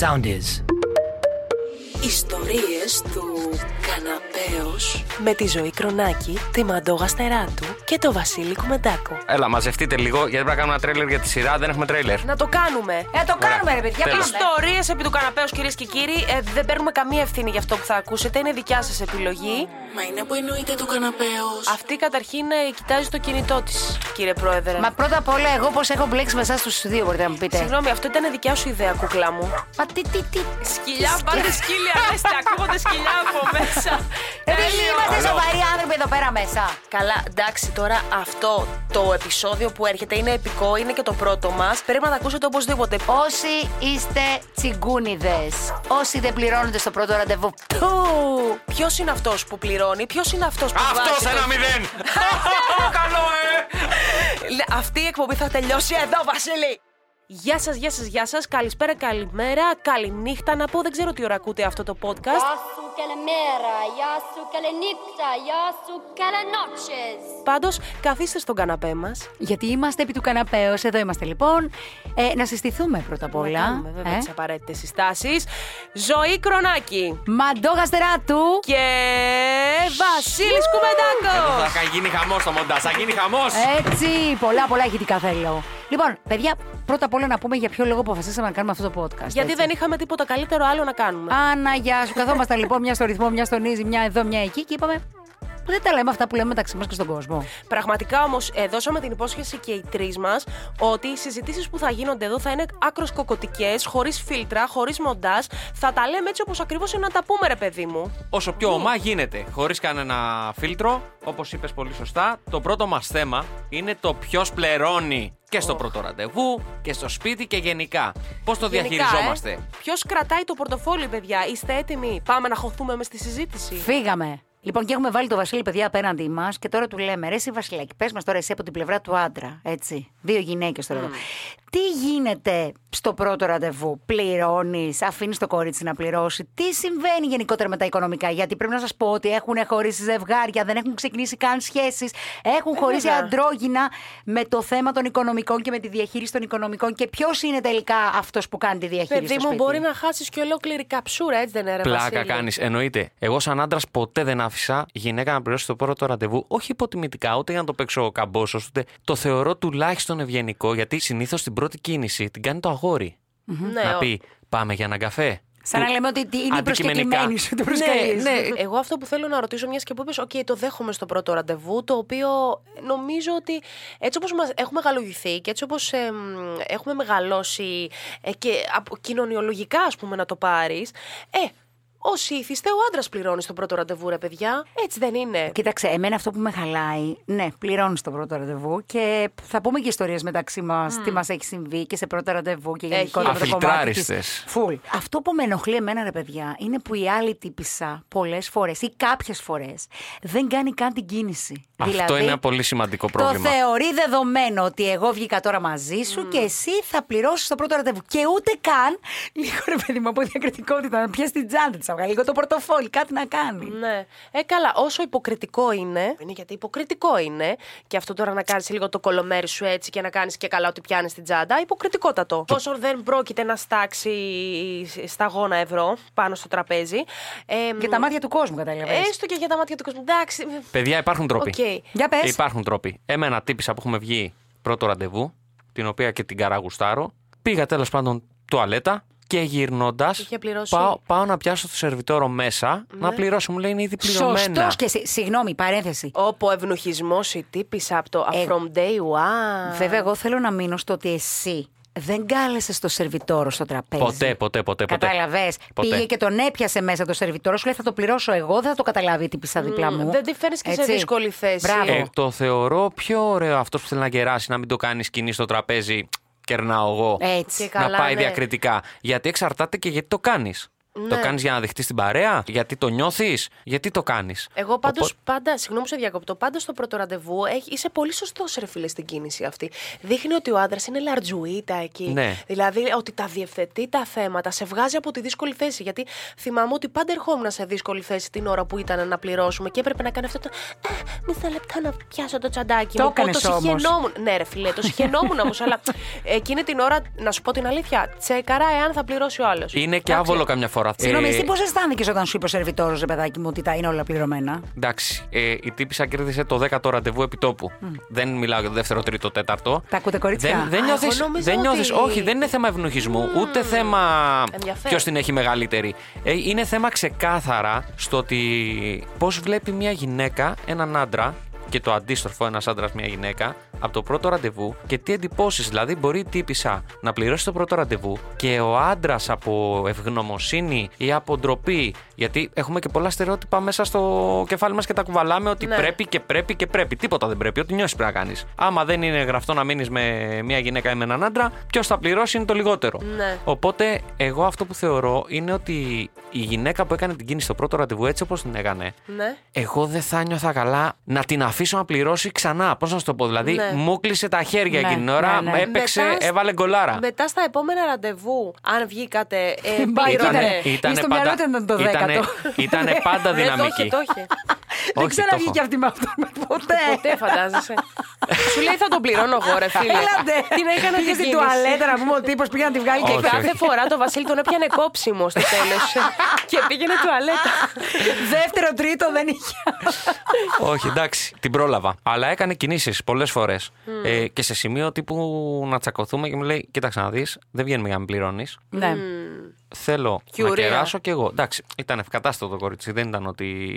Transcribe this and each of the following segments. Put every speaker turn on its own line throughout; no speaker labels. Sound is.
Ιστορίες του καναπέως με τη Ζωή Κρονάκη, τη Μαντόγα Στεράτου και το Βασίλη Κουμεντάκο.
Έλα, μαζευτείτε λίγο γιατί πρέπει να κάνουμε ένα τρέλερ για τη σειρά. Δεν έχουμε τρέλερ.
Να το κάνουμε.
Ε, το κάνουμε, ρε παιδιά.
Τέλος.
Πάμε.
Ιστορίες επί του καναπέου, κυρίες και κύριοι. Ε, δεν παίρνουμε καμία ευθύνη για αυτό που θα ακούσετε. Είναι δικιά σας επιλογή.
Μα είναι που εννοείται το καναπέος.
Αυτή καταρχήν ε, κοιτάζει το κινητό της, κύριε Πρόεδρε.
Μα πρώτα απ' όλα, εγώ πώς έχω μπλέξει με εσάς τους δύο, μπορείτε να μου πείτε.
Συγγνώμη, αυτό ήταν δικιά σου ιδέα, κούκλα μου.
Μα τι, τι, τι.
Σκυλιά, πάρτε σκύλια μέσα. Ακούγονται σκυλιά από μέσα.
Επειδή είμαστε σοβαροί άνθρωποι εδώ πέρα μέσα.
Ε, Καλά, εντάξει, τώρα αυτό το επεισόδιο που έρχεται είναι επικό, είναι και το πρώτο μας. Πρέπει να τα ακούσετε οπωσδήποτε.
Όσοι είστε τσιγκούνιδες, όσοι δεν πληρώνονται στο πρώτο ραντεβού.
Ποιος είναι αυτός που πληρώνει, ποιος είναι αυτός που βάζει
Αυτό
το-
ένα μηδέν! Καλό, ε!
Λε- Αυτή η εκπομπή θα τελειώσει εδώ, Βασίλη! Γεια σας, γεια σας, γεια σας. Καλησπέρα, καλημέρα, καληνύχτα. Να πω, δεν ξέρω τι ώρα ακούτε αυτό το podcast.
Γεια σου καλημέρα, γεια σου καληνύχτα, γεια σου καλανότσες.
Πάντως, καθίστε στον καναπέ μας.
Γιατί είμαστε επί του καναπέως, εδώ είμαστε λοιπόν. Ε, να συστηθούμε πρώτα απ' όλα.
Κάνουμε βέβαια
ε.
τις απαραίτητες συστάσεις. Ζωή Κρονάκη
Μαντόγα στεράτου.
και Βασίλης Κουμεντάκο.
Θα γίνει χαμός στο μοντάζ, θα γίνει χαμός!
Έτσι, πολλά πολλά ηχητικά θέλω. Λοιπόν, παιδιά, πρώτα απ' όλα να πούμε για ποιο λόγο αποφασίσαμε να κάνουμε αυτό το podcast.
Γιατί
έτσι.
δεν είχαμε τίποτα καλύτερο άλλο να κάνουμε.
Άννα, γεια σου. Καθόμαστε λοιπόν μια στο ρυθμό, μια στον Ίζη, μια εδώ, μια εκεί και είπαμε. Δεν τα λέμε αυτά που λέμε μεταξύ μας και στον κόσμο.
Πραγματικά όμως, δώσαμε την υπόσχεση και οι τρεις μας ότι οι συζητήσεις που θα γίνονται εδώ θα είναι άκρο κοκοτικέ, χωρίς φίλτρα, χωρίς μοντάζ. Θα τα λέμε έτσι όπως ακριβώς είναι να τα πούμε, ρε παιδί μου.
Όσο πιο ομά γίνεται, χωρίς κανένα φίλτρο, όπως είπες πολύ σωστά, το πρώτο μας θέμα είναι το ποιος πληρώνει. Και στο πρώτο ραντεβού και στο σπίτι και γενικά. ε. Πώς το διαχειριζόμαστε.
Ποιος ε, κρατάει το πορτοφόλι, παιδιά, είστε έτοιμοι. Πάμε να χωθούμε μες στη συζήτηση.
Φύγαμε. Λοιπόν, και έχουμε βάλει το Βασίλη, παιδιά, απέναντι μας και τώρα του λέμε: Ρε, εσύ Βασιλάκη, πες μας τώρα εσύ από την πλευρά του άντρα. Έτσι. Δύο γυναίκες τώρα. εδώ.
Mm.
Τι γίνεται στο πρώτο ραντεβού, πληρώνεις, αφήνεις το κορίτσι να πληρώσει. Τι συμβαίνει γενικότερα με τα οικονομικά, Γιατί πρέπει να σας πω ότι έχουν χωρίσει ζευγάρια, δεν έχουν ξεκινήσει καν σχέσεις, έχουν
Ε,
χωρίσει αντρόγυνα με το θέμα των οικονομικών και με τη διαχείριση των οικονομικών. Και ποιος είναι τελικά αυτός που κάνει τη διαχείριση.
Παιδί
στο
μου,
σπίτι.
μπορεί να χάσεις και ολόκληρη καψούρα, έτσι δεν είναι, ρε
Πλάκα
Βασίλη?
κάνεις, εννοείται. Εγώ, σαν άντρας, ποτέ δεν άφησα γυναίκα να πληρώσει το πρώτο ραντεβού. Όχι υποτιμητικά, ούτε για να το παίξω καμπόσος, ούτε. Το θεωρώ τουλάχιστον ευγενικό, γιατί συνήθως την πρώτη κίνηση την κάνει το αγόρι.
Ναι,
να
ο-
πει Πάμε για έναν καφέ.
Σαν να λέμε ότι είναι η
Αντικειμενικά.
προσκεκλημένη σου, το προσκαλείς.
Ναι, ναι. Εγώ αυτό που θέλω να ρωτήσω, μιας και που είπες, OK, το δέχομαι στο πρώτο ραντεβού, το οποίο νομίζω ότι έτσι όπως έχουμε γαλουγηθεί και έτσι όπως έχουμε μεγαλώσει ε, και από, κοινωνιολογικά, ας πούμε, να το πάρεις, ε, όσοι ήθιστε, ο άντρας πληρώνει στο πρώτο ραντεβού, ρε παιδιά. Έτσι δεν είναι.
Κοίταξε, εμένα αυτό που με χαλάει, ναι, πληρώνει το πρώτο ραντεβού και θα πούμε και ιστορίες μεταξύ μας, τι μας έχει συμβεί και σε πρώτα ραντεβού και γενικότερα το κομμάτι. της-
Αφιλτράριστες.
Φουλ. Αυτό που με ενοχλεί εμένα, ρε παιδιά, είναι που η άλλη τύπησα πολλές φορές ή κάποιες φορές δεν κάνει καν την κίνηση. Δηλαδή,
Αυτό είναι ένα πολύ σημαντικό πρόβλημα.
Το θεωρεί δεδομένο ότι εγώ βγήκα τώρα μαζί σου και εσύ θα πληρώσεις το πρώτο ραντεβού. Και ούτε καν. Λίγο ρε παιδί μου, από διακριτικότητα να πιάσεις την τσάντα τη, να βγάλει λίγο το πορτοφόλι, κάτι να κάνει.
Ναι. Ε, καλά, όσο υποκριτικό είναι, είναι γιατί υποκριτικό είναι, και αυτό τώρα να κάνεις λίγο το κολομέρι σου έτσι και να κάνεις και καλά ότι πιάνεις την τσάντα, υποκριτικότατο. Όσο δεν πρόκειται να στάξει σταγόνα ευρώ πάνω στο τραπέζι. Ε,
Για τα μάτια του κόσμου, καταλαβαίνεις.
Έστω και για τα μάτια του κόσμου. Εντάξει.
Παιδιά, υπάρχουν τρόποι.
Οκ.
Για πες.
Υπάρχουν τρόποι. Εμένα τύπησα που έχουμε βγει πρώτο ραντεβού, την οποία και την καραγουστάρω. Πήγα τέλος πάντων τουαλέτα και γυρνώντας.
Είχε πληρώσει.
Πάω, πάω να πιάσω το σερβιτόρο μέσα να πληρώσω. Μου λέει είναι ήδη πληρωμένα.
Σωστό και εσύ. Συγγνώμη, παρένθεση.
Όπω ευνοχισμό η τύπησα από το
Ε,
From Day One.
Βέβαια, εγώ θέλω να μείνω στο ότι εσύ δεν κάλεσες το σερβιτόρο στο τραπέζι.
Ποτέ, ποτέ, ποτέ. ποτέ.
Κατάλαβες.
Ποτέ.
Πήγε και τον έπιασε μέσα το σερβιτόρο. Σου λέει θα το πληρώσω εγώ, δεν θα το καταλάβει τι πισά δίπλα μου.
δεν τη φέρνεις και σε
Έτσι.
δύσκολη θέση.
Μπράβο.
Ε, το θεωρώ πιο ωραίο αυτός που θέλει να κεράσει, να μην το κάνεις σκηνή στο τραπέζι. Κερνάω εγώ.
Έτσι.
Και καλά,
να πάει
ναι.
διακριτικά. Γιατί εξαρτάται και γιατί το κάνεις. Το κάνεις για να δεχτείς την παρέα, γιατί το νιώθεις, γιατί το κάνεις.
Εγώ πάντως, πάντα, συγγνώμη που σε διακοπτώ, πάντα στο πρώτο ραντεβού έχει, είσαι πολύ σωστός, ρε φίλε, στην κίνηση αυτή. Δείχνει ότι ο άντρας είναι λαρτζουίτα εκεί.
Ναι.
Δηλαδή ότι τα διευθετεί τα θέματα, σε βγάζει από τη δύσκολη θέση. Γιατί θυμάμαι ότι πάντα ερχόμουν σε δύσκολη θέση την ώρα που ήταν να πληρώσουμε και έπρεπε να κάνω αυτό το. «Ε, Μισό λεπτό να πιάσω το τσαντάκι
Το
μου. που
έκανες
το
όμως.
συχαινόμουν. Ναι, ρε φίλε, το συχαινόμουν όμως, αλλά εκείνη την ώρα, να σου πω την αλήθεια, τσέκαρα εάν θα πληρώσει ο άλλος.
Είναι και άβολο καμιά φορά.
Συγγνώμη,
Ε,
εσύ πώς αισθάνθηκε όταν σου είπε ο σερβιτόρος, ρε παιδάκι μου, ότι τα είναι όλα πληρωμένα.
Εντάξει, ε, η τύπησα κέρδισε το 10ο ραντεβού επί τόπου. Δεν μιλάω για το δεύτερο, τρίτο, τέταρτο.
Τα ακούτε, κορίτσια?
Δεν, δεν
Α,
νιώθεις,
εγώ νόμιζα
δεν
ότι-
νιώθεις- όχι, δεν είναι θέμα ευνουχισμού, ούτε θέμα
Ενδιαφέρον.
ποιος την έχει μεγαλύτερη. Ε, είναι θέμα ξεκάθαρα στο ότι πώς βλέπει μια γυναίκα έναν άντρα και το αντίστροφο, ένας άντρας, μια γυναίκα, από το πρώτο ραντεβού και τι εντυπώσεις. Δηλαδή, μπορεί η τύπησα να πληρώσει το πρώτο ραντεβού και ο άντρας από ευγνωμοσύνη ή από ντροπή. Γιατί έχουμε και πολλά στερεότυπα μέσα στο κεφάλι μας και τα κουβαλάμε ότι
Ναι.
πρέπει και πρέπει και πρέπει. Τίποτα δεν πρέπει. Ό,τι νιώσεις πρέπει να κάνεις. Άμα δεν είναι γραφτό να μείνεις με μια γυναίκα ή με έναν άντρα, ποιος θα πληρώσει είναι το λιγότερο.
Ναι.
Οπότε, εγώ αυτό που θεωρώ είναι ότι η γυναίκα που έκανε την κίνηση στο πρώτο ραντεβού, έτσι όπως την έκανε,
Ναι.
εγώ δεν θα νιώθα καλά να την αφήσω να πληρώσει ξανά. Πώς να σου το πω, Δηλαδή,
Ναι.
μου κλείσε τα χέρια
Ναι,
εκείνη την
ναι,
ώρα,
ναι.
έπαιξε,
Μετά σ-
έβαλε γκολάρα.
Μετά στα επόμενα ραντεβού, αν βγήκατε. Ε,
Μπα,
πλήρωνε.
ήτανε- στο μυαλό του ήταν το
ήτανε,
δέκατο.
ήτανε πάντα
Ναι, το
δυναμική.
είχε, το είχε.
δεν
Όχι, το
ξαναβγήκε
έχω.
αυτή με αυτόν
Ναι.
ποτέ.
Ποτέ φαντάζεσαι. Σου λέει θα τον πληρώνω εγώ, ρε φίλε.
Έλατε.
Την έκανα
Πήγε
την
στην
κίνηση.
τουαλέτα να πούμε ο τύπος πήγε να τη βγάλει και
Όχι,
κάτι.
Κάθε φορά το Βασίλη τον έπιανε κόψιμο στο τέλος. και πήγαινε τουαλέτα.
Δεύτερο, τρίτο δεν είχε.
Όχι, εντάξει, την πρόλαβα. Αλλά έκανε κινήσεις πολλές φορές. Ε, και σε σημείο τύπου να τσακωθούμε και μου λέει: Κοίταξε να δεις, δεν βγαίνουμε για να πληρώνεις.
Ναι.
Θέλω να
Κιουρία.
κεράσω κι εγώ. Εντάξει, ήταν ευκατάστατο το κορίτσι, δεν ήταν ότι.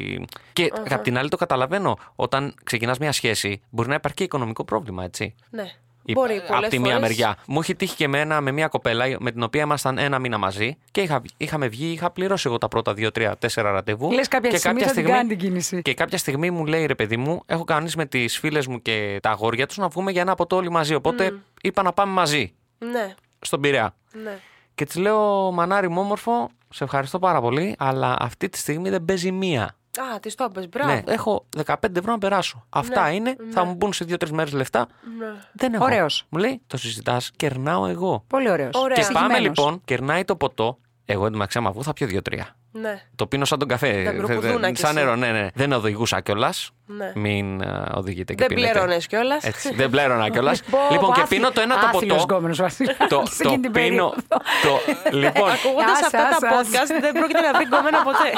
Και απ' την άλλη το καταλαβαίνω. Όταν ξεκινάς μια σχέση, μπορεί να υπάρχει και οικονομικό πρόβλημα, έτσι.
ναι. Μπορεί πολλές
Από τη μία
φορές.
μεριά. Μου έχει τύχει και εμένα με μια κοπέλα με την οποία ήμασταν ένα μήνα μαζί και είχα, είχαμε βγει, είχα πληρώσει εγώ τα πρώτα δύο, τρία, τέσσερα ραντεβού.
Λες κάποια
και
στιγμή θα την κάνει την κίνηση.
Και κάποια στιγμή μου λέει ρε παιδί μου, έχω κανείς με τις φίλες μου και τα αγόρια τους να βγούμε για ένα ποτό όλοι μαζί. Οπότε είπα να πάμε μαζί
Ναι,
στον Πειραιά.
ναι.
Και της λέω, Μανάρι μου όμορφο, σε ευχαριστώ πάρα πολύ, αλλά αυτή τη στιγμή δεν παίζει μία.
Α, της το έπες,
Ναι,
μπράβο.
έχω 15 ευρώ να περάσω. Αυτά
Ναι,
είναι, θα μου μπουν σε 2-3 μέρες λεφτά.
Ναι,
Δεν έχω.
Ωραίος.
Μου λέει, το συζητάς, κερνάω εγώ.
Πολύ ωραίος.
Ωραία.
Και πάμε λοιπόν, κερνάει το ποτό. Εγώ εν τω μεταξύ, άμα βγω, θα πιω 2-3.
Ναι.
Το πίνω σαν τον καφέ.
Τα
Δεν-
κροκουδούνα κι
Σαν
εσύ.
νερό, ναι, ναι. Δεν οδηγούσα κιόλας.
Ναι.
Μην ε, οδηγείτε και
Δεν
πίνετε.
πλήρωνε κιόλας.
Έτσι, δεν πλέρωνα κιόλας. λοιπόν, και πίνω το ένα το ποτό. Το, το πίνω. Το, λοιπόν,
Ακούγοντα
Άσε,
αυτά
άσε,
τα
άσε.
podcast δεν πρόκειται να βρει κομμένα ποτέ.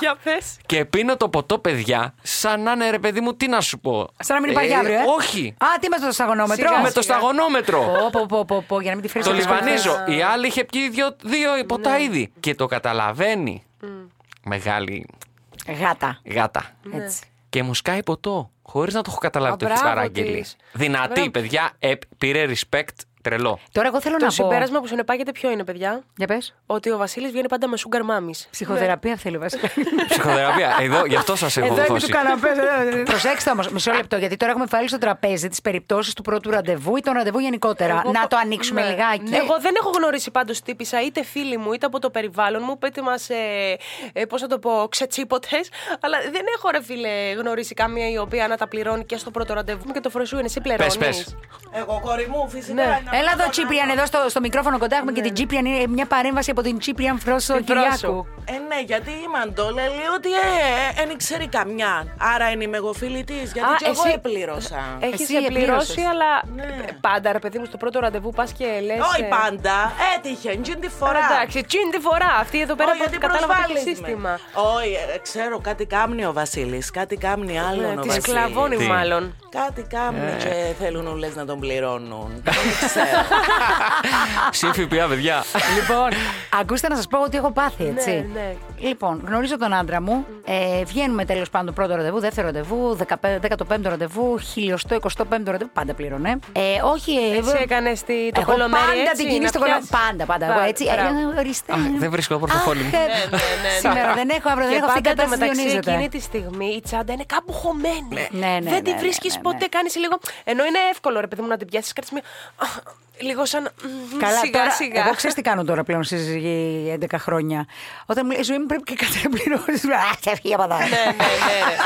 Για πες.
και πίνω το ποτό, παιδιά, σαν να είναι ρε παιδί μου, τι να σου πω.
Σαν να μην υπάρχει αύριο, ε.
Όχι.
Α, τι είμαστε στο σταγονόμετρο.
Σιγά,
με το σταγονόμετρο.
Πω, πω, πω, πω, πω, για να μην τη φέρεις
Το
στις
λιβανίζω.
κολλές.
Η άλλη είχε πιει δύο, δύο ποτά ήδη.
Ναι.
Και το καταλαβαίνει. Μεγάλη
Γάτα.
γάτα.
Έτσι.
Και μου σκάει ποτό. Χωρίς να το έχω καταλάβει
Α,
το έχει
μπράβο
παραγγείλει.
της.
Δυνατή,
Μπράβο.
παιδιά. Ε, πήρε respect τρελό.
Τώρα εγώ θέλω
Το
να πω.
συμπέρασμα που συνεπάγεται ποιο είναι, παιδιά.
Για πες. Ναι.
Ότι ο Βασίλης βγαίνει πάντα με sugar mummies.
Ψυχοθεραπεία θέλει βασικά.
Ψυχοθεραπεία. Εδώ, γι' αυτό σας έχω δώσει.
καναπέ. Προσέξτε όμως, μισό λεπτό, γιατί τώρα έχουμε βάλει στο τραπέζι τις περιπτώσεις του πρώτου ραντεβού ή των ραντεβού γενικότερα.
Εγώ
να
το-
το ανοίξουμε
ναι.
λιγάκι.
Ναι. Εγώ δεν έχω γνωρίσει πάντως τύπησα είτε φίλοι μου είτε από το περιβάλλον μου. Πέτε μας, ε, ε, πώς θα το πω, ξετσίποτες. Αλλά δεν έχω ρε φίλε γνωρίσει καμία η οποία να τα πληρώνει και στο πρώτο ραντεβού μου και το φρεσού είναι εσύ πληρώνει.
Πε, πε.
Εγώ κορί μου, φυσικά.
Ναι.
είναι
Έλα εδώ,
αυτό
Τσίπριαν, εδώ στο, στο μικρόφωνο κοντά έχουμε και την Τσίπριαν. Είναι μια παρέμβαση από την Τσίπριαν Φρόσο
Την Φρόσο.
Κυριάκου.
Ε, ναι, γιατί η Μαντόλα λέει ότι ε, δεν ξέρει καμιά. Άρα είναι είμαι εγώ φίλη τη, γιατί
Α,
και εγώ
εσύ-
έπληρωσα.
Έχεις
Εσύ
πληρώσει,
επλήρωσες.
αλλά
Ναι.
ε, πάντα ρε παιδί μου στο πρώτο ραντεβού πας και λες.
Όχι πάντα. Έτυχε, τζιν τη φορά.
Εντάξει, τσιν τη φορά. Αυτή εδώ πέρα
Όχι,
που
γιατί
κατάλαβα το
προσβάλλεις με.
σύστημα.
Όχι, ε, ξέρω, κάτι κάμνει ο Βασίλης. Κάτι κάμνει άλλον ο
Ναι, Τη
Βασίλης.
σκλαβώνει
Τι.
μάλλον.
Κάτι κάμνει και θέλουν όλε να τον πληρώνουν. Δεν ξέρω.
Σύμφυ πια, παιδιά.
Λοιπόν, ακούστε να σας πω ότι έχω πάθει, έτσι.
Ναι, ναι.
Λοιπόν, γνωρίζω τον άντρα μου. Ε, βγαίνουμε τέλος πάντων πρώτο ραντεβού, δεύτερο ραντεβού, 15 15ο ραντεβού, χιλιοστό, 25ο ραντεβού. Πάντα πληρώνε. Ε, όχι, ε,
Έτσι
ε,
έκανες τη, το
Εγώ πάντα
κολομέρι έτσι.
την κίνηση
να
στο κολομέρι.
πιάσεις.
Πάντα, πάντα. Εγώ
Πάντα,
έτσι.
μπράβο.
ε, ορίστε.
Α, δεν βρίσκω το πορτοφόλι μου.
Αχ, ε,
ναι, ναι, ναι.
Σήμερα δεν έχω, αύριο δεν
Και
έχω. Αυτή η
πάντα το
κατάσταση
μεταξύ
διονύζεται.
εκείνη τη στιγμή η τσάντα είναι κάπου χωμένη.
Ναι, ναι,
δεν
ναι,
τη
ναι,
βρίσκεις
ναι, ναι.
ποτέ, κάνεις λίγο. Ενώ είναι εύκολο ρε παιδί μου να την πιάσεις, κάτι σημείο. «Α, λίγο σαν.
Καλά,
σιγά,
τώρα,
σιγά.
Εγώ ξέρει τι κάνω τώρα πλέον σε συζυγή 11 χρόνια. Όταν μου λέει, η ζωή μου πρέπει και κάτι να πληρώσεις. Α, ξεφύγει από εδώ.
ναι, ναι, ναι. ρε.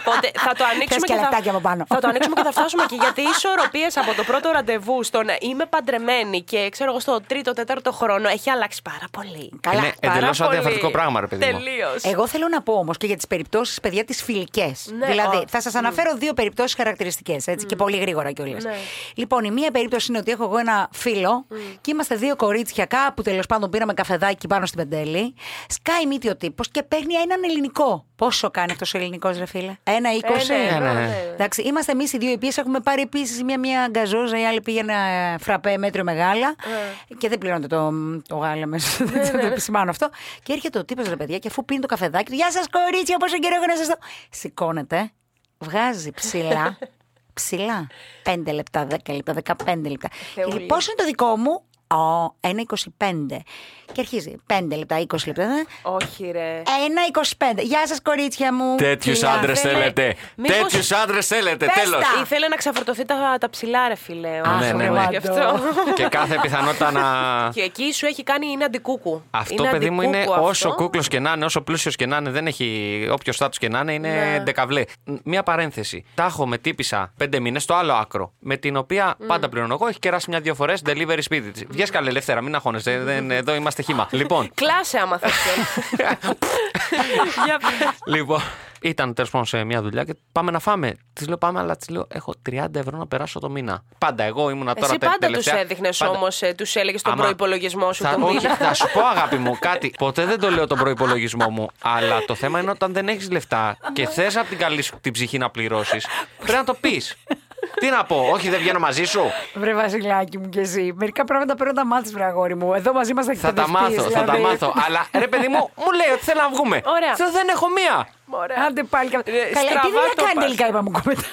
Οπότε θα το ανοίξουμε.
Θες και
θα...
λεπτάκια από πάνω.
θα το ανοίξουμε και θα φτάσουμε εκεί. Γιατί οι ισορροπίες από το πρώτο ραντεβού στο να είμαι παντρεμένη και ξέρω εγώ στο τρίτο, τέταρτο χρόνο έχει αλλάξει πάρα πολύ.
Καλά,
είναι
Πάρα
εντελώ
πολύ.
αδιαφατικό πράγμα, ρε παιδί μου.
Τελείως.
Εγώ θέλω να πω όμως και για τις περιπτώσεις, παιδιά, τις φιλικές.
Ναι,
δηλαδή,
α,
θα σας αναφέρω δύο περιπτώσεις χαρακτηριστικές, έτσι και πολύ γρήγορα κιόλας.
Ναι.
Λοιπόν, η μία περίπτωση είναι ότι έχω εγώ ένα φίλο και είμαστε δύο κορίτσια κάπου τέλος πάντων πήραμε καφεδάκι πάνω στην πεντέλη. Σκάει μύτη ο τύπος και παίρνει έναν ελληνικό. Πόσο κάνει αυτός ο ελληνικός, ρε φίλε? Ένα είκοσι.
Ε, ναι,
ναι, ναι.
Εντάξει, είμαστε εμείς οι δύο οι οποίες έχουμε πάρει επίσης μία μία γκαζόζα, η άλλη πήγε ένα ε, φραπέ μέτριο μεγάλα.
Ε.
Και δεν πληρώνεται το, το γάλα μέσα.
Ναι,
Δεν το επισημάνω αυτό. Και έρχεται ο τύπος ρε παιδιά και αφού πίνει το καφεδάκι του, Γεια σας κορίτσια, πόσο καιρό έχω να σας δω. Σηκώνεται, βγάζει ψηλά. ψηλά. 5 λεπτά, 10 λεπτά, 15 λεπτά. Και λέει, πόσο είναι το δικό μου, Ω, 1,25. Και αρχίζει 5 λεπτά, 20 λεπτά.
Όχι,
Ε,
ρε.
1,25. Γεια σας, κορίτσια μου.
Τέτοιους
Φιλιά.
άντρες
θέλε-
θέλετε.
Μήπως-
Τέτοιους άντρες θέλετε.
Πες
Τέλος.
τα.
Ήθελε να ξαφορτωθεί τα, τα ψηλά, ρε φίλε. ο
Αχ,
ναι, ναι,
άνθρωπος
ναι.
γι' αυτό.
Και κάθε πιθανότητα να.
Και εκεί σου έχει κάνει είναι αντικούκου.
Αυτό,
Είναι
παιδί μου, είναι
αντικούκου
όσο
αυτό.
κούκλος και να είναι, όσο πλούσιος και να είναι, δεν έχει. Όποιο στάτους και να είναι, είναι
Ναι.
ντεκαβλέ. Ν- Μία παρένθεση. Τα έχω με τύπησα πέντε μήνες στο άλλο άκρο. Με την οποία πάντα πληρώνω εγώ. Έχει κεράσει μια-δύο φορές delivery σπίτι τη. Βγες καλή ελεύθερα, μην αγχώνεσαι. δεν- Εδώ είμαστε χήμα. λοιπόν,
Κλάσε άμα θες κιόλας. Για πες.
Λοιπόν. Ήταν τέλος πάντων σε μια δουλειά και πάμε να φάμε. Της λέω πάμε, αλλά της λέω έχω 30 ευρώ να περάσω το μήνα. Πάντα εγώ ήμουνα τώρα
Εσύ
τε-
πάντα τους
τελευταία.
έδειχνες
Πάντα.
όμως, τους έλεγες ε, τον
Άμα-
προπολογισμό σου.
θα,
τον
όχι,
μήνα.
θα σου πω αγάπη μου κάτι. Ποτέ δεν το λέω τον προπολογισμό μου. Αλλά το θέμα είναι όταν δεν έχεις λεφτά και θες από την καλή σου την ψυχή να πληρώσεις, πρέπει να το πεις. Τι να πω, Όχι, δεν βγαίνω μαζί σου.
Βρε Βασιλάκι μου και εσύ. Μερικά πράγματα πρέπει να τα μάθεις, βρε αγόρι μου. Εδώ μαζί μας θα
θα τα μάθω,
εκπαιδευτείς,
θα τα
δηλαδή.
μάθω. αλλά ρε παιδί μου, μου λέει ότι θέλω να βγούμε.
Ωραία.
Θέλω, δεν έχω μία.
Ωραία.
Άντε πάλι. Καλά,
Ε,
Καλά, τι
στραβά
δουλειά
το
κάνει
πας.
τελικά, είπαμε κομμετά.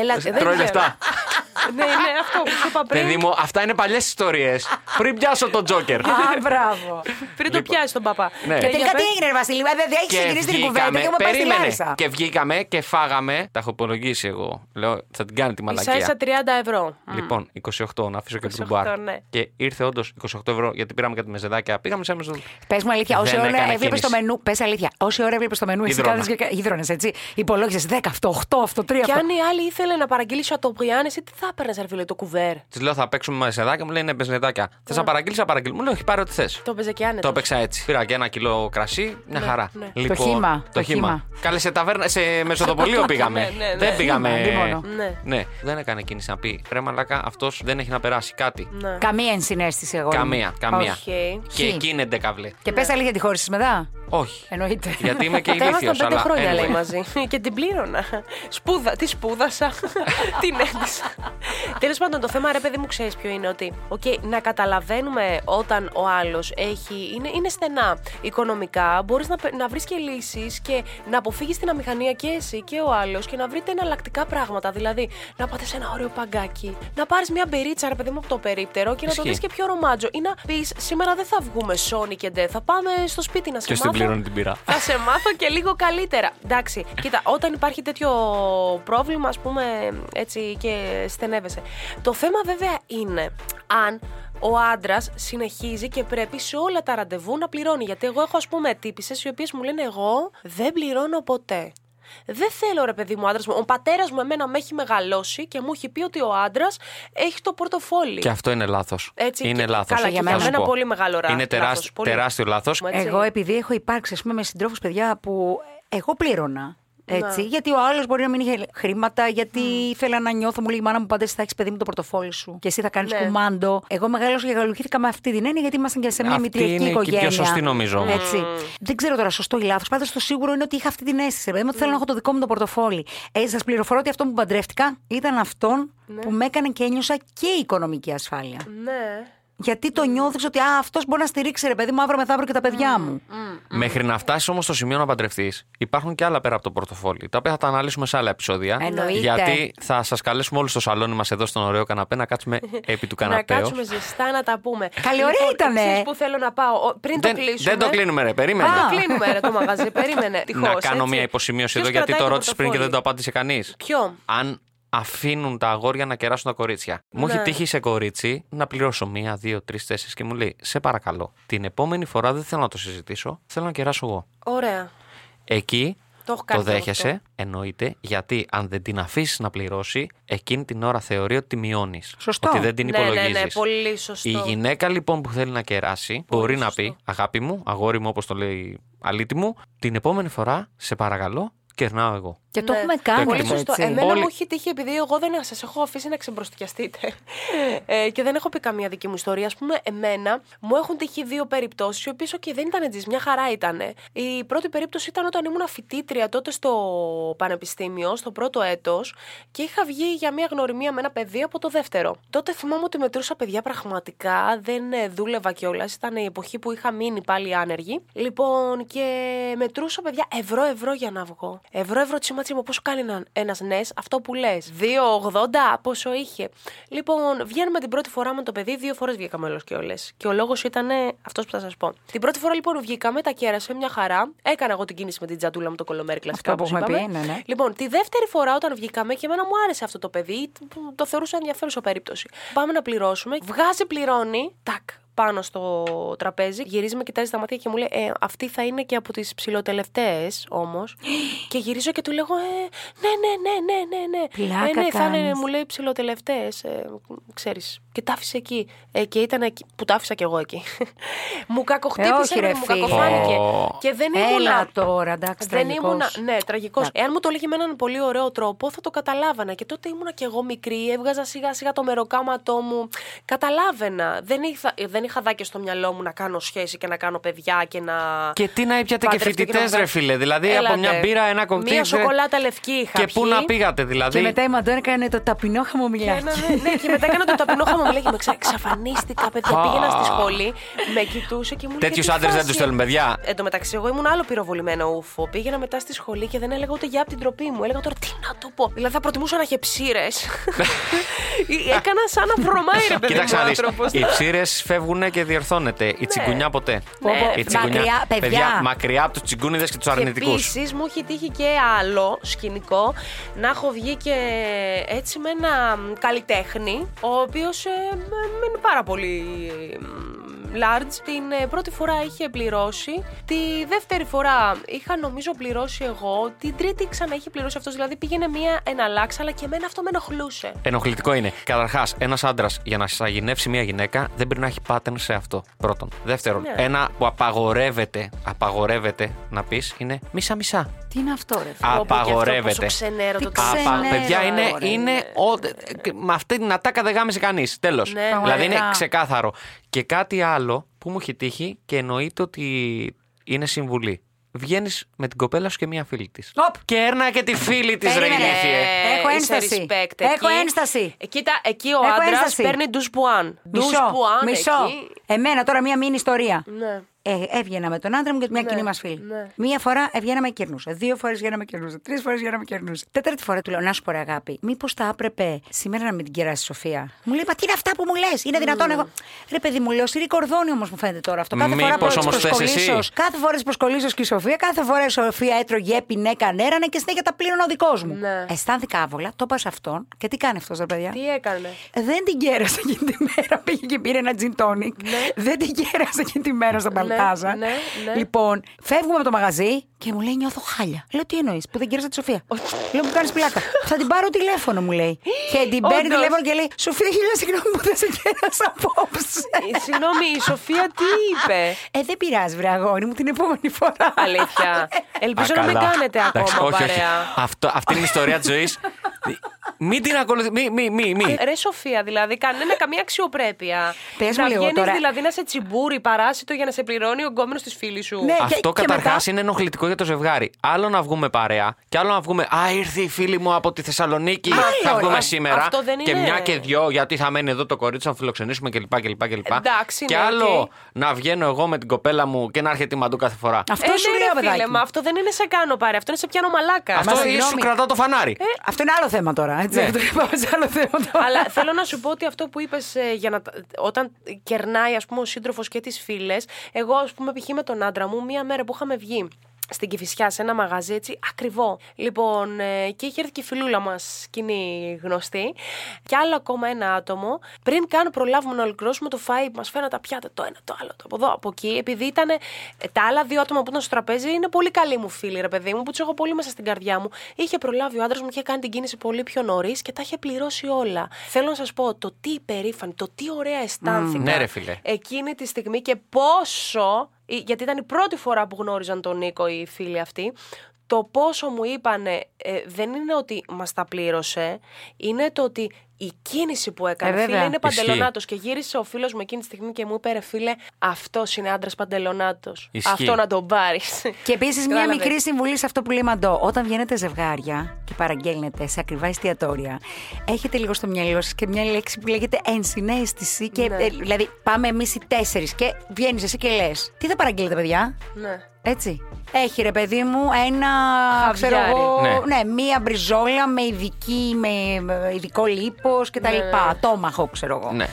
Έλα,
Ε,
δεν
Τρώει
ξέρω.
λεφτά.
ναι, ναι, αυτό που σου είπα πριν.
Παιδί μου, αυτά είναι παλιές ιστορίες. Πριν πιάσω τον Τζόκερ.
Α, μπράβο.
Πριν το πιάσει τον παπά.
Ναι.
Και
Ε,
τελικά τι έγινε, ρε Βασίλη, βέβαια έχει ξεκινήσει την κουβέντα και μου πάει στη
περίμενε.
Λάρισα.
Και βγήκαμε και φάγαμε. Τα έχω υπολογίσει εγώ. Λέω, θα την κάνει τη
Μισά
μαλακία.
ίσα 30 ευρώ.
Λοιπόν, 28, να αφήσω και
28,
την μπαρ.
ναι.
Και ήρθε όντως 28 ευρώ γιατί πήραμε κάτι μεζεδάκια. Πήγαμε σε Amazon.
Πες μου αλήθεια, όση
Δεν
ώρα
έκανα
έβλεπες το
κίνηση.
μενού. Πες αλήθεια, όση ώρα έβλεπες το μενού, εσύ
Υδρώνα.
κάθεσαι και γίδρωνε, έτσι. Υπολόγισες 10 αυτό, 8 αυτό, 3
Και
αυτό.
αν η άλλη ήθελε να παραγγείλει σατοπριάνε, εσύ τι θα έπαιρνες, ρε φίλε, το κουβέρ.
Τη λέω θα παίξουμε μεζεδάκια. Μου λέει ναι, μεζεδάκια. Θες να παραγγείλεις, θα παραγγείλεις. Μου λέει όχι, πάρε ό,τι θες.
Το έπαιζε και
Το
άνετα.
έπαιξα έτσι. Πήρα και ένα κιλό κρασί, μια χαρά.
ναι.
Λοιπόν,
Το χύμα, το
Το
χύμα.
χύμα. Καλέ σε ταβέρνα, σε μεσοδοπολείο πήγαμε.
Ναι, ναι, ναι.
Δεν πήγαμε.
Χύμα, αντίμονο.
Ναι.
Ναι. Δεν έκανε κίνηση να πει. Ρε μαλακά, αυτός δεν έχει να περάσει κάτι.
Καμία ενσυναίσθηση εγώ.
Καμία, καμία.
Ναι. Οκ.
Και εκεί είναι ντεκαβλέ.
Και πες αλήθεια, τη χώρισε μετά.
Όχι.
Εννοείται.
Γιατί είμαι και
Τα ήμασταν
ηλίθιος,
πέντε
αλλά
χρόνια
anyway.
λέει μαζί. και την πλήρωνα. Σπούδα, τη σπούδασα. την έδισα. Τέλος πάντων, το θέμα ρε παιδί μου, ξέρεις ποιο είναι ότι. Okay, να καταλαβαίνουμε όταν ο άλλος έχει. Είναι, είναι στενά οικονομικά. Μπορείς να, πε- να βρεις και λύσεις και να αποφύγεις την αμηχανία και εσύ και ο άλλος και να βρείτε εναλλακτικά πράγματα. Δηλαδή, να πάτε σε ένα ωραίο παγκάκι, να πάρεις μια μπερίτσα ρε παιδί μου από το περίπτερο και να το
Ισχύει.
δεις και πιο ρομάτζο. Ή να πεις σήμερα δεν θα βγούμε Sony και ντε, θα πάμε στο σπίτι να σε
Και στην
μάθω.
πληρώνει την πυρά.
Θα σε μάθω και λίγο καλύτερα. Εντάξει, κοίτα, όταν υπάρχει τέτοιο πρόβλημα, ας πούμε, έτσι και στενεύεσαι. Το θέμα βέβαια είναι αν ο άντρας συνεχίζει και πρέπει σε όλα τα ραντεβού να πληρώνει. Γιατί εγώ έχω, ας πούμε, τύπησες οι οποίες μου λένε Εγώ δεν πληρώνω ποτέ. Δεν θέλω ρε παιδί μου άντρας μου. Ο πατέρας μου εμένα με έχει μεγαλώσει και μου έχει πει ότι ο άντρας έχει το πορτοφόλι.
Και αυτό είναι λάθος.
Έτσι,
Είναι
και-
λάθος.
καλά,
και για μένα
είναι πολύ μεγάλο ρα-
Είναι τεράσ-
λάθος, πολύ.
τεράστιο λάθος.
Μου έτσι.
Εγώ επειδή έχω υπάρξει ας πούμε, με συντρόφους παιδιά που εγώ πλήρωνα. Έτσι, Γιατί ο άλλος μπορεί να μην είχε χρήματα, γιατί ήθελα να νιώθω, μου λέει η μάνα μου πάντα εσύ θα έχεις παιδί μου το πορτοφόλι σου και εσύ θα κάνεις κουμάντο. Εγώ μεγάλωσα και γαλουχήθηκα με αυτή την έννοια γιατί ήμασταν και σε μια
Αυτή
μητριακή
είναι και η πιο
οικογένεια.
σωστή, νομίζω.
Έτσι. Δεν ξέρω τώρα σωστό ή λάθος. Πάντως το σίγουρο είναι ότι είχα αυτή την αίσθηση. ρε παιδί μου, ότι θέλω να έχω το δικό μου το πορτοφόλι. Ε, Σας πληροφορώ ότι αυτό που παντρεύτηκα ήταν αυτόν που με έκανε και ένιωσα και οικονομική ασφάλεια.
Ναι.
Γιατί το νιώθεις ότι α, αυτός μπορεί να στηρίξει ρε παιδί μου αύριο μεθαύριο και τα παιδιά μου.
Μέχρι να φτάσεις όμως στο σημείο να παντρευτείς, υπάρχουν και άλλα πέρα από το πορτοφόλι. Τα οποία θα τα αναλύσουμε σε άλλα επεισόδια.
Εννοείται.
Γιατί θα σας καλέσουμε όλους στο σαλόνι μας εδώ στον ωραίο καναπέ να κάτσουμε επί του
Να
καναπέου.
κάτσουμε ζεστά να τα πούμε. Λοιπόν,
Καλή ωραία ήτανε.
ξέρεις που θέλω να πάω. Ο- Πριν
Δεν,
το κλείσουμε.
δεν το κλείνουμε, ρε. Περίμενε.
Πριν το κλείνουμε, ρε το μαγαζί. Περίμενε.
να
τυχώς,
κάνω
έτσι.
μια υποσημείωση
Ποιος
εδώ γιατί
κρατάει
το ρώτησε πριν και δεν το
πορτοφόλι?
απάντησε κανείς.
Ποιο.
Αν αφήνουν τα αγόρια να κεράσουν τα κορίτσια. Μου
Ναι.
έχει τύχει σε κορίτσι να πληρώσω μία, δύο, τρεις, τέσσερις και μου λέει: Σε παρακαλώ, την επόμενη φορά δεν θέλω να το συζητήσω, θέλω να κεράσω εγώ.
Ωραία.
Εκεί
Το έχω
το,
κάνει
δέχεσαι,
αυτό.
εννοείται, γιατί αν δεν την αφήσεις να πληρώσει, εκείνη την ώρα θεωρεί ότι τη μειώνεις.
Σωστό.
Ότι δεν την
Ναι, ναι, ναι,
υπολογίζεις.
πολύ σωστό.
Η γυναίκα λοιπόν που θέλει να κεράσει μπορεί να πει: Αγάπη μου, αγόρι μου, όπως το λέει αλήτη μου, την επόμενη φορά, σε παρακαλώ, κερνάω εγώ.
Και το
Ναι.
έχουμε
Το
κάνει Ε,
Πολύ
αυτό,
εκτιμώ.
σωστό.
έτσι.
Εμένα
Όλοι-
μου έχει τύχει επειδή εγώ δεν σας έχω αφήσει να ξεμπροστιαστείτε. Ε, και δεν έχω πει καμία δική μου ιστορία. Ας πούμε, εμένα μου έχουν τύχει δύο περιπτώσεις, οι οποίες okay, δεν ήταν τζι, μια χαρά ήταν. Η πρώτη περίπτωση ήταν όταν ήμουν φοιτήτρια τότε στο πανεπιστήμιο, στο πρώτο έτος, και είχα βγει για μια γνωριμία με ένα παιδί από το δεύτερο. Τότε θυμάμαι ότι μετρούσα παιδιά πραγματικά, δεν ε, δούλευα κιόλας. Ήταν η εποχή που είχα μείνει πάλι άνεργη. Λοιπόν, και μετρούσα παιδιά ευρώ-ευρώ για να βγω. Ευρώ-ευρώ τσίμα τσίμα, πόσο κάνει ένα ναι, αυτό που λες. 2,80 πόσο είχε. Λοιπόν, βγαίνουμε την πρώτη φορά με το παιδί, δύο φορές βγήκαμε όλες και όλες. Και ο λόγος ήταν αυτός που θα σας πω. Την πρώτη φορά λοιπόν βγήκαμε, τα κέρασε μια χαρά. Έκανα εγώ την κίνηση με την τζατούλα μου το κολομέρι κλασικά.
που
όπως
έχουμε
είπαμε.
πει, ναι, ναι.
Λοιπόν, τη δεύτερη φορά όταν βγήκαμε και εμένα μου άρεσε αυτό το παιδί, που το θεωρούσα ενδιαφέρουσα περίπτωση. Πάμε να πληρώσουμε, βγάζει, πληρώνει, τάκ, πάνω στο τραπέζι, γυρίζει με κοιτάζει στα μάτια και μου λέει ε, Αυτή θα είναι και από τις ψηλοτελευταίες όμως. και γυρίζω και του λέγω ε, Ναι, ναι, ναι, ναι, ναι. ναι.
Πλάκα
ε, ναι, θα είναι,
κάνεις.
μου λέει ψηλοτελευταίες, ε, ξέρεις. Και τα άφησε εκεί. Ε, και ήταν εκεί, που τα άφησα κι εγώ εκεί. μου κακοχτύπησε,
Ε, όχι, ρε,
ρε, μου
φίλε.
κακοφάνηκε.
Ω.
Και Ε, δεν
Έλα
ήμουνα
τώρα, εντάξει,
δεν
τραγικός.
ήμουνα. Ναι, τραγικός.
Εντάξει.
Εάν μου το έλεγε με έναν πολύ ωραίο τρόπο, θα το καταλάβανα. Και τότε ήμουνα κι εγώ μικρή, έβγαζα σιγά σιγά το μεροκάματό μου. Καταλάβαινα. Δεν είχα, δεν είχα δάκια στο μυαλό μου να κάνω σχέση και να κάνω παιδιά και να.
Και τι να έπιατε και
παντρευτώ
φοιτητές,
να-
ρε φίλε. Δηλαδή
Έλατε.
από μια μπύρα, ένα κοκτέιλ.
Μία
δεν-
σοκολάτα λευκή είχα
Και πού
πιει.
να πήγατε, δηλαδή.
Και μετά η Μαντών έκανε το ταπεινό χαμομηλάκι.
Ένα, ναι, ναι, και μετά έκανα το ταπεινό χαμομηλάκι. Με ξα... εξαφανίστηκα, παιδιά. Πήγαινα στη σχολή, με κοιτούσε και μου λέει.
Τέτοιους
«Τι
άντρες δεν
φάση».
τους θέλουν, παιδιά.
Εν τω μεταξύ, εγώ ήμουν άλλο πυροβολημένο ούφο. Πήγαινα μετά στη σχολή και δεν έλεγα ούτε για από την τροπή μου. Έλεγα τώρα τι να το πω. Δηλαδή θα προτιμούσα να είχε ψήρες. Έκανα σαν να βρωμάει ρε παιδί
Κοίταξε
μου
να δεις.
άνθρωπος. Ναι.
Οι ψήρες φεύγουν και διορθώνεται. Η τσιγκουνιά ποτέ.
Πω, πω.
Η τσιγκουνιά-
Μακριά, παιδιά.
μακριά από τους τσιγκούνιδες και τους
Και
αρνητικούς.
επίσης μου έχει τύχει και άλλο σκηνικό να έχω βγει και έτσι με ένα μ, καλλιτέχνη, ο οποίος ε, μ, είναι πάρα πολύ μ, large. Την ε, πρώτη φορά είχε πληρώσει, τη δεύτερη φορά είχα νομίζω πληρώσει εγώ, την τρίτη ξανά είχε πληρώσει αυτός, δηλαδή πήγαινε μία ένα λάξ, αλλά και εμένα αυτό με ενοχλούσε.
Ενοχλητικό είναι. Καταρχάς, ένας άντρας για να σαγηνεύσει μια γυναίκα δεν πρέπει να έχει pattern σε αυτό. Πρώτον. Δεύτερον,
Ναι.
ένα που απαγορεύεται, απαγορεύεται να πεις είναι μισά-μισά.
Τι είναι αυτό, ρε φίλε.
Α,
Πω, πω, και αυτό
Απαγορεύεται.
Πόσο ξενέρο
Τι
το
ξενέρο.
τάφα.
Απα... Παιδιά, είναι.
ωραία.
είναι ο... Με αυτή την ατάκα δεν γάμισε κανείς. Τέλος.
Ναι, ναι.
δηλαδή είναι
Πραγματικά.
ξεκάθαρο. Και κάτι άλλο που μου έχει τύχει και εννοείται ότι είναι συμβουλή. Βγαίνεις με την κοπέλα σου και μία φίλη της.
Οπ.
Και έρνα και τη φίλη της, ρε
Περίμενε.
ηλίθιε.
Ε,
Έχω
είσαι
ένσταση.
respect
Έχω
εκεί.
ένσταση.
Ε, Κοίτα, εκεί ο
Έχω
άντρας
ένσταση.
παίρνει ντουσπουάν.
Μισό.
Ντουσπουάν
Μισό.
εκεί.
Εμένα τώρα μία μήνυ ιστορία.
Ναι.
Ε, έβγαινα με τον άντρα μου και μια κοινή μας φίλη.
ναι.
Μία φορά έβγαινα με κερνούσα. Δύο φορές βγαίναμε και κερνούσα. Τρεις φορές βγαίναμε και κερνούσα. Τέταρτη φορά του λέω: Να σου πω, ρε αγάπη, μήπως θα έπρεπε σήμερα να μην την κεράσει η Σοφία. Μου λέει: Μα τι είναι αυτά που μου λες, είναι
Ναι.
δυνατόν εγώ. Ρε παιδί μου, λέω: Σιρή κορδόνι όμως μου φαίνεται τώρα αυτό. Κάθε φορά
Μήπως όμως θες
προσκολήσω.
εσύ?
Κάθε φορά προσκολήσω και η Σοφία, κάθε φορά η Σοφία έτρωγε, έπινε, κανέρανε και συνέχεια τα πλήρωνε ο δικός μου.
Ναι.
Αισθάνθηκα άβολα, το είπα σε αυτόν και τι κάνει αυτός, ρε παιδιά.
Τι έκανε.
Δεν την κέρασε εκείνη τη μέρα. Πήγε και πήρε ένα gin tonic. Δεν την κέρασε εκείνη τη μέρα στον Παλτάζα.
ναι, ναι.
Λοιπόν, φεύγουμε από το μαγαζί και μου λέει νιώθω χάλια. Λέω τι εννοείς, που δεν κέρασα τη Σοφία. λέω μου κάνεις πλάκα. Θα την πάρω τηλέφωνο, μου λέει. Και την παίρνει
Όντως.
τηλέφωνο και λέει Σοφία, χίλια συγγνώμη που δεν σε κέρασα απόψε.
Ε, Συγγνώμη, η Σοφία τι είπε.
Ε, δεν πειράζει, βρε αγόρι μου, την επόμενη φορά.
Αλήθεια. Ε, Ελπίζω
Α,
να μην
καλά.
κάνετε
Εντάξει,
ακόμα
όχι, όχι.
παρέα.
Αυτό, αυτή είναι η ιστορία της ζωής. Μην την ακολουθεί. Μη, μη, μη, μη.
Ρε Σοφία, δηλαδή, κανένα καμία αξιοπρέπεια.
Πες
να
μου λίγο
βγαίνεις,
τώρα.
δηλαδή να σε τσιμπούρει παράσιτο για να σε πληρώνει ο γκόμενος της φίλης σου.
Ναι. και-
Αυτό
και
καταρχάς
μετά-
είναι ενοχλητικό για το ζευγάρι. Άλλο να βγούμε παρέα και άλλο να βγούμε. Α, ήρθε η φίλη μου από τη Θεσσαλονίκη. θα
ωραία.
βγούμε σήμερα.
Αυτό δεν
Και
είναι.
μια και δυο, γιατί θα μένει εδώ το κορίτσι, θα φιλοξενήσουμε κλπ. κλπ, κλπ.
Εντάξει,
και
ναι,
άλλο
οκ.
να βγαίνω εγώ με την κοπέλα μου και να έρχεται η μαντού κάθε φορά.
Αυτό
ε,
σου
ναι,
λέω,
ρε,
παιδάκι.
φίλε, μα αυτό δεν είναι σε κάνω παρέα, αυτό είναι σε πιάνω μαλάκα.
Αυτό
μα
ή σου
συγγνώμη. Ε.
κρατάω το φανάρι.
Αυτό είναι άλλο θέμα τώρα. Έτσι,
Ναι.
Αυτό είπαμε σε άλλο θέμα τώρα.
Αλλά θέλω να σου πω ότι αυτό που είπες για να... τα- όταν κερνάει ας πούμε, ο σύντροφος και τις φίλες, εγώ ας πούμε π.χ. με τον άντρα μου, μία μέρα που είχαμε βγει. στην Κηφισιά σε ένα μαγαζί έτσι ακριβό. Λοιπόν, ε, και είχε έρθει και η φιλούλα μας, κοινή γνωστή, και άλλο ακόμα ένα άτομο. Πριν καν προλάβουμε να ολοκληρώσουμε το φάι, μα φαίναν τα πιάτα το ένα, το άλλο, το από εδώ, από εκεί. Επειδή ήταν ε, τα άλλα δύο άτομα που ήταν στο τραπέζι, είναι πολύ καλοί μου φίλοι, ρε παιδί μου, που τους έχω πολύ μέσα στην καρδιά μου. Είχε προλάβει ο άντρας μου και είχε κάνει την κίνηση πολύ πιο νωρίς και τα είχε πληρώσει όλα. Θέλω να σας πω το τι υπερήφανη, το τι ωραία αισθάνθηκα.
Ναι, ρε φίλε.
Εκείνη τη στιγμή και πόσο ή- γιατί ήταν η πρώτη φορά που γνώριζαν τον Νίκο οι φίλοι αυτοί, το πόσο μου είπανε ε, δεν είναι ότι μας τα πλήρωσε, είναι το ότι η κίνηση που έκανε,
Ε, βέβαια.
φίλε, είναι
Ισχύει.
παντελονάτος. Και γύρισε ο φίλος μου εκείνη τη στιγμή και μου είπε, ρε φίλε, αυτός είναι άντρας παντελονάτος.
Ισχύει.
Αυτό να τον πάρεις.
Και επίσης μια
Κατάλαβες.
μικρή συμβουλή σε αυτό που λέει Μαντό. Όταν βγαίνετε ζευγάρια και παραγγέλνετε σε ακριβά εστιατόρια, έχετε λίγο στο μυαλό σας και μια λέξη που λέγεται ενσυναίσθηση. Και,
Ναι.
ε, δηλαδή, πάμε εμείς οι τέσσερις και βγαίνεις εσύ και λες: Τι θα παραγγείλετε, παιδιά.
ναι.
Έτσι. Έχει ρε παιδί μου ένα. ξέρω
Χαβιάρι.
εγώ.
Ναι.
Ναι. μία μπριζόλα με, ειδική, με με ειδικό λίπος κτλ.
Ναι, ναι, ναι.
Τόμαχο, ξέρω εγώ.
Ναι.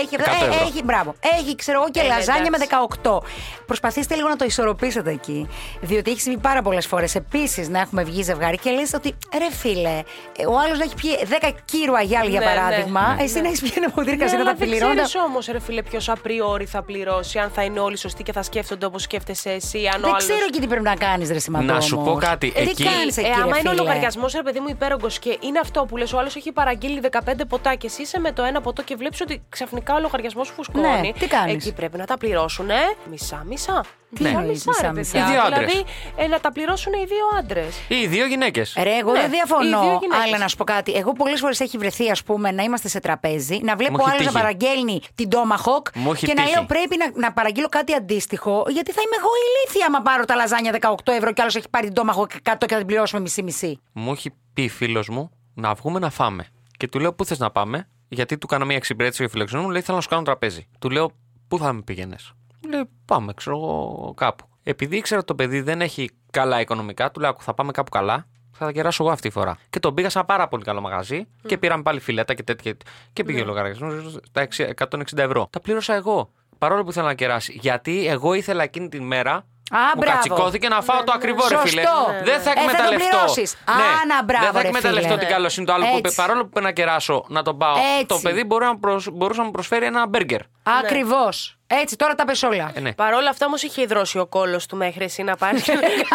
Έχει,
Εκατό
ε,
ευρώ.
έχει, μπράβο. Έχει, ξέρω εγώ, και
Ε, ναι,
λαζάνια με
εντάξει.
18. Προσπαθήστε λίγο να το ισορροπήσετε εκεί. Διότι έχει συμβεί πάρα πολλές φορές επίσης να έχουμε βγει ζευγάρι και λες ότι ρε φίλε, ε, ο άλλος να έχει πιει 10 κύρου αγιάλ για
Ναι, ναι.
παράδειγμα. Εσύ να έχεις πιει ένα ποτήρι καζίνα τα
δεν
πυληρώντα.
ξέρεις όμως ρε φίλε ποιος απριόρι θα πληρώσει, αν θα είναι όλοι σωστοί και θα σκέφτονται όπως σκέφτεσαι εσύ, αν ο
Δεν
άλλος-
ξέρω και τι πρέπει να κάνεις, ρε Σιμαντό,
Να σου
όμως.
πω κάτι,
Ε,
εκεί-
Τι κάνεις εκεί,
ε, άμα
ρε
είναι ο
φίλε?
λογαριασμός, ρε παιδί μου, υπέρογκος και είναι αυτό που λες, ο άλλος έχει παραγγείλει 15 ποτά και εσύ είσαι με το ένα ποτό και βλέπεις ότι ξαφνικά ο λογαριασμός φουσκώνει.
Ναι, τι κάνεις?
Εκεί πρέπει να τα πληρώσουν, ε. Μισά-μισά.
Τι
Μισά-μισά,
εννοείς,
ρε
μισά-μισά?
παιδιά.
Οι δύο άντρες.
Δηλαδή ε, να τα πληρώσουν οι δύο άντρες.
Οι δύο γυναίκες.
Ρε, εγώ
Ναι,
δεν
οι δύο
διαφωνώ.
γυναίκες.
Αλλά να σου πω κάτι. Εγώ πολλές φορές έχει βρεθεί, ας πούμε, να είμαστε σε τραπέζι, να
Μου
βλέπω
έχει
άλλος να
τύχει.
παραγγέλνει την Tomahawk
Μου έχει
και να
τύχει.
λέω πρέπει να, να παραγγείλω κάτι αντίστοιχο, γιατί θα είμαι εγώ ηλίθια άμα πάρω τα λαζάνια 18 ευρώ και άλλος έχει πάρει την Tomahawk 100 και θα την πληρώσουμε μισή-μισή.
Μου έχει πει φίλος μου να βγούμε να φάμε. Και του λέω πού θες να πάμε, γιατί του κάνω μια εξυπηρέτηση για φιλοξενούμενο, μου λέει θέλω να σου κάνω τραπέζι. Του λέω πού θα με πήγαινες. Μου λέει πάμε, ξέρω εγώ κάπου. Επειδή ήξερα ότι το παιδί δεν έχει καλά οικονομικά, του λέω «Άκου, θα πάμε κάπου καλά. Θα τα κεράσω εγώ αυτή τη φορά. Και τον πήγα σε ένα πάρα πολύ καλό μαγαζί και πήραμε πάλι φιλέτα και τέτοια. Και
Ναι.
πήγε ο λογαριασμό τα 160 ευρώ. Τα πλήρωσα εγώ. Παρόλο που ήθελα να κεράσει. Γιατί εγώ ήθελα εκείνη την μέρα
Α,
μου
μπράβο. ναι,
κατσικώθηκε να φάω το ακριβό ρε
Σωστό.
φίλε.
Ναι, ναι.
Δεν θα
Ε, θα το
εκμεταλλευτώ. Ναι.
πληρώσεις. Άνα, μπράβο,
Δεν θα
ρε
εκμεταλλευτώ
φίλε.
την καλοσύνη του άλλου που
Έτσι.
είπε παρόλο που είπε να κεράσω να τον πάω.
Έτσι.
Το παιδί μπορεί να προσ- μπορούσε να μου προσφέρει ένα μπέργκερ.
Ακριβώς. Έτσι, τώρα τα πες όλα.
Ε, ναι.
Παρ' όλα αυτά όμως είχε ιδρώσει ο κόλος του μέχρι εσύ να πάρεις. και να κάνεις-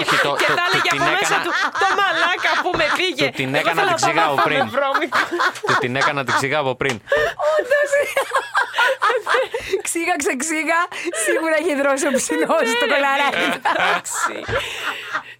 Όχι, το-
και
το-
τα
του
έλεγε
την
από μέσα
έκανα-
του. Το μαλάκα που με πήγε.
Του την
Εγώ
έκανα
θέλω να πάω
την
να
ξηγάω
φάμε
πριν.
βρώμικο.
Του την έκανα την ξηγά από πριν.
ξύγα ξεξύγα, σίγουρα έχει δρώσει ο ψινός στο κολαράκι.
Ε.
Εντάξει.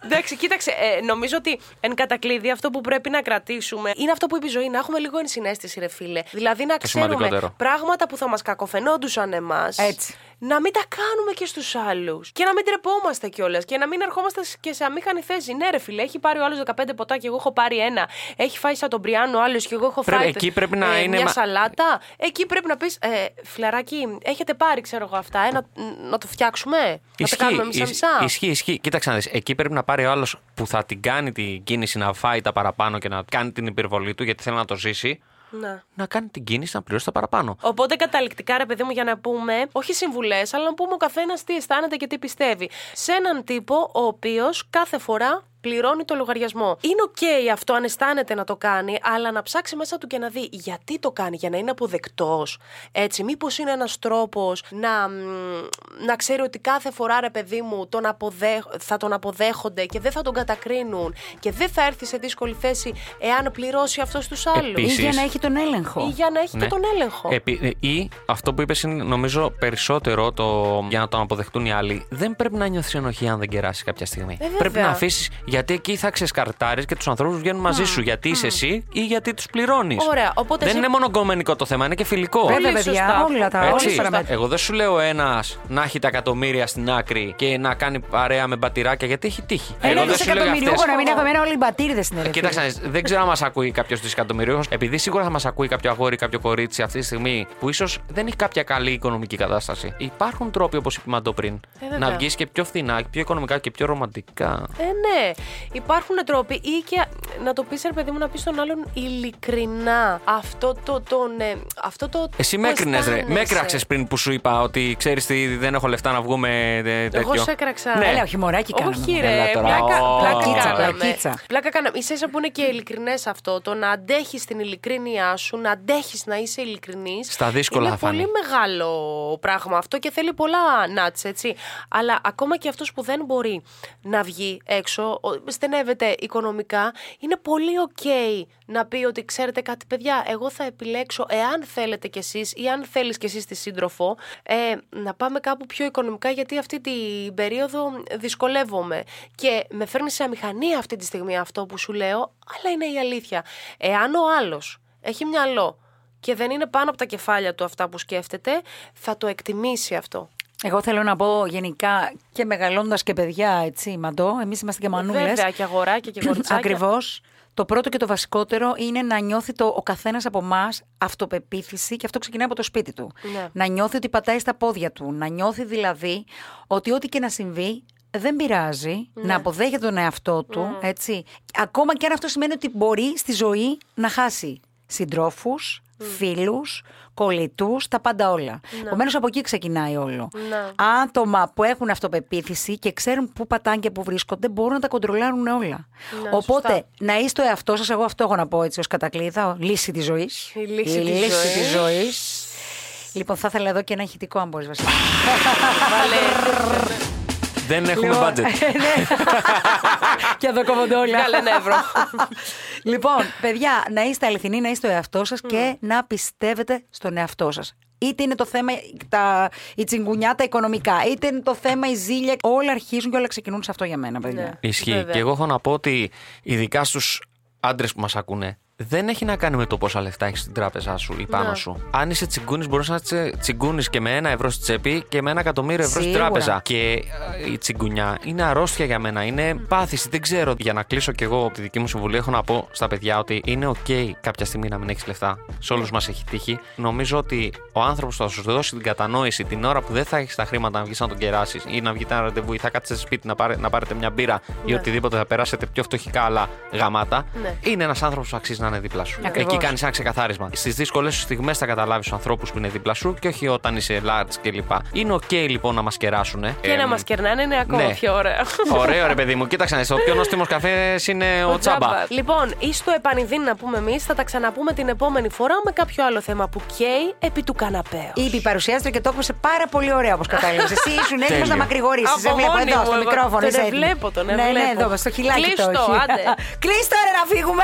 Εντάξει, κοίταξε, ε, νομίζω ότι εν κατακλείδη αυτό που πρέπει να κρατήσουμε είναι αυτό που είπε η ζωή, να έχουμε λίγο ενσυναίσθηση, ρε φίλε. Δηλαδή να ξέρουμε
σημαντικότερο.
πράγματα που θα μας κακοφαινόντουσαν εμάς.
Έτσι.
Να μην τα κάνουμε και στους άλλους. Και να μην τρεπόμαστε κιόλας. Και να μην ερχόμαστε και σε αμήχανη θέση. Ναι, ρε φίλε, έχει πάρει ο άλλος 15 ποτά και εγώ έχω πάρει ένα. Έχει φάει σαν τον Μπριάνο ο άλλος και εγώ έχω
Πρέπει-
φάει.
εκεί πρέπει να
ε,
είναι
Μια
μα-
σαλάτα. Εκεί πρέπει να πεις, ε, φιλαράκι, έχετε πάρει, ξέρω εγώ αυτά. Ε, να, να το φτιάξουμε. να τα κάνουμε
ισ-
μισά-μισά.
Ισχύει, ισχύει. Κοίταξε να δεις, Εκεί πρέπει να πάρει ο άλλος που θα την κάνει την κίνηση να φάει τα παραπάνω και να κάνει την υπερβολή του γιατί θέλει να το ζήσει.
Να.
Να κάνει την κίνηση να πληρώσει τα παραπάνω.
Οπότε καταληκτικά, ρε παιδί μου, για να πούμε, όχι συμβουλές, αλλά να πούμε ο καθένας τι αισθάνεται και τι πιστεύει. Σε έναν τύπο ο οποίος κάθε φορά πληρώνει το λογαριασμό. Είναι ok αυτό αν αισθάνεται να το κάνει, αλλά να ψάξει μέσα του και να δει γιατί το κάνει, για να είναι αποδεκτός. Έτσι, μήπως είναι ένας τρόπος να, μ, να ξέρει ότι κάθε φορά, ρε παιδί μου, τον αποδέχ, θα τον αποδέχονται και δεν θα τον κατακρίνουν και δεν θα έρθει σε δύσκολη θέση εάν πληρώσει αυτός τους άλλους.
Ή
Επίσης.
για να έχει τον έλεγχο.
Ή για να έχει
Ναι.
και τον έλεγχο.
Επί- ε, ή αυτό που είπες είναι νομίζω περισσότερο το για να τον αποδεχτούν οι άλλοι. Δεν πρέπει να νιώθεις ενοχή αν δεν κεράσει κάποια στιγμή.
Ε, βέβαια.
πρέπει να αφήσεις γιατί εκεί θα ξεσκαρτάρεις και τους ανθρώπους βγαίνουν μαζί σου. Γιατί είσαι εσύ ή γιατί τους πληρώνεις.
Ωραία, οπότε
δεν
εσύ-
είναι μόνο γκομενικό το θέμα, είναι και φιλικό.
Βέβαια,
Πολύ
παιδιά,
σωστά.
όλα τα
Έτσι.
όλα τα παραμέτρια.
Εγώ δεν σου λέω ένας να έχει τα εκατομμύρια στην άκρη και να κάνει παρέα με μπατηράκια γιατί έχει τύχει.
Ένα
Εγώ δεν σου λέω για
δισεκατομμυρίουχο
αυτές.
να μην έχουμε ένα όλοι οι μπατήριδες στην Ελλάδα.
Κοίταξε, να δεις, δεν ξέρω αν μας ακούει κάποιος δισεκατομμυρίουχο. Επειδή σίγουρα θα μας ακούει κάποιο αγόρι, κάποιο κορίτσι αυτή τη στιγμή που ίσως δεν έχει κάποια καλή οικονομική κατάσταση. Υπάρχουν τρόποι, όπως είπαμε το πριν,
Ε, βέβαια.
να βγεις και πιο φθηνά, πιο οικονομικά και πιο ρομαντικά.
Ε, ναι. Υπάρχουν τρόποι ή και να το πεις, ρε παιδί μου, να πεις στον άλλον ειλικρινά αυτό το. τον, ε, αυτό το
Εσύ
το
με έκρινες, ρε. Με
αισθάνεσαι.
έκραξες πριν που σου είπα ότι ξέρεις τι, δεν έχω λεφτά να βγούμε. Δε,
Εγώ
τέτοιο».
σε έκραξα.
Ναι.
Έλα, χειμωράκι κάναμε.
Όχι, ρε.
Έλα τώρα.
Πλάκα,
Ω,
πλακίτσα,
πλάκα κάναμε.
πλακίτσα.
Πλάκα κάναμε. Είσαι σαν που είναι και ειλικρινές αυτό. Το να αντέχεις την ειλικρίνειά σου, να αντέχεις να είσαι ειλικρινής.
Στα δύσκολα
είναι
θα φανεί.
πολύ μεγάλο πράγμα αυτό και θέλει πολλά νάτς, έτσι. Αλλά ακόμα και αυτός που δεν μπορεί να βγει έξω, ο- στενεύεται οικονομικά, είναι πολύ OK να πει ότι ξέρετε κάτι, παιδιά, εγώ θα επιλέξω, εάν θέλετε κι εσείς ή αν θέλεις κι εσύ τη σύντροφο, ε, να πάμε κάπου πιο οικονομικά, γιατί αυτή την περίοδο δυσκολεύομαι. Και με φέρνει σε αμηχανία αυτή τη στιγμή αυτό που σου λέω, αλλά είναι η αλήθεια. Εάν ο άλλος έχει μυαλό και δεν είναι πάνω από τα κεφάλια του αυτά που σκέφτεται, θα το εκτιμήσει αυτό.
Εγώ θέλω να πω γενικά και μεγαλώντας και παιδιά, έτσι, μαντό. Εμείς είμαστε και μανούλες.
Βέβαια, και αγοράκια και κοριτσάκια.
Ακριβώς. Το πρώτο και το βασικότερο είναι να νιώθει το, ο καθένας από εμάς αυτοπεποίθηση και αυτό ξεκινάει από το σπίτι του.
Ναι.
Να νιώθει ότι πατάει στα πόδια του. Να νιώθει δηλαδή ότι ό,τι και να συμβεί δεν πειράζει.
Ναι.
Να αποδέχεται τον εαυτό του. Έτσι. Ακόμα και αν αυτό σημαίνει ότι μπορεί στη ζωή να χάσει συντρόφους,
Ναι.
φίλους, κολλητούς, τα πάντα όλα. Επομένως από εκεί ξεκινάει όλο.
Ναι.
Άτομα που έχουν αυτοπεποίθηση και ξέρουν πού πατάνε και πού βρίσκονται μπορούν να τα κοντρολάρουν όλα.
Ναι,
Οπότε
σωστά.
να είσαι το εαυτό σας, εγώ αυτό έχω να πω έτσι ως κατακλείδα, λύση της ζωής.
Η λύση της ζωής.
της ζωής. Λοιπόν, θα ήθελα εδώ και ένα ηχητικό, αν μπορείς, Βασίλη.
Δεν έχουμε
Λοιπόν,
budget.
ε,
ναι. και εδώ κόβονται όλα.
Βγάλε ένα ευρώ.
λοιπόν, παιδιά, να είστε αληθινοί, να είστε ο εαυτός σας και να πιστεύετε στον εαυτό σας. Είτε είναι το θέμα τα, η τσιγκουνιά, τα οικονομικά, είτε είναι το θέμα η ζήλια. Όλα αρχίζουν και όλα ξεκινούν σε αυτό για μένα, παιδιά.
Ναι. Ισχύει.
Ναι. Βέβαια.
Και εγώ έχω να πω ότι ειδικά στους άντρες που μας ακούνε, δεν έχει να κάνει με το πόσα λεφτά έχεις στην τράπεζά σου ή πάνω
Ναι.
σου. Αν είσαι τσιγκούνης, μπορείς να είσαι τσιγκούνης και με ένα ευρώ στη τσέπη και με ένα εκατομμύριο ευρώ στην
Σίγουρα.
τράπεζα. Και ε, η τσιγκουνιά είναι αρρώστια για μένα, είναι πάθηση. Δεν ξέρω. Για να κλείσω κι εγώ τη δική μου συμβουλή, έχω να πω στα παιδιά ότι είναι OK κάποια στιγμή να μην έχεις λεφτά. Σε όλους μας έχει τύχει. Νομίζω ότι ο άνθρωπος θα σου δώσει την κατανόηση την ώρα που δεν θα έχεις τα χρήματα να βγεις να τον κεράσεις ή να βγείτε ένα ραντεβού ή θα κάτσετε σπίτι να, πάρε- να πάρετε μια μπύρα ή οτιδήποτε θα περάσετε πιο φτωχικά αλλά γαμάτα.
Ναι.
Είναι ένας άνθρωπος που αξίζει να είναι δίπλα σου.
Ακριβώς.
Εκεί κάνεις ένα ξεκαθάρισμα. Στις δύσκολες σου στιγμές θα καταλάβεις του ανθρώπους που είναι δίπλα σου και όχι όταν είσαι large κλπ. Είναι OK λοιπόν να μας κεράσουν.
και να μας κερνάνε είναι ακόμα
ε, ναι.
πιο ωραίο.
Ωραίο ρε παιδί μου, κοίταξε να δεις, ο πιο νόστιμος καφές είναι ο,
Ο
τσάμπα.
Τζάμπα. Λοιπόν, ή στο επανειδήν να πούμε εμείς, θα τα ξαναπούμε την επόμενη φορά με κάποιο άλλο θέμα που καίει επί του καναπέου.
Είπε η παρουσιάστρια και το άκουσε πάρα πολύ ωραία όπως κατάλαβες. Εσύ ήσουν έτοιμος
Τέλειο.
να μακρηγορήσει. Σε
Από
βλέπω
μόνη
εδώ
μου
στο
εγώ.
μικρόφωνο.
Τον
είσαι έτοιμη.
ευλέπω, τον
Ναι, ναι,
ευλέπω.
εδώ στο χιλάκι το
Κλείστο,
έχει.
άντε.
Κλείστο, ρε, να φύγουμε.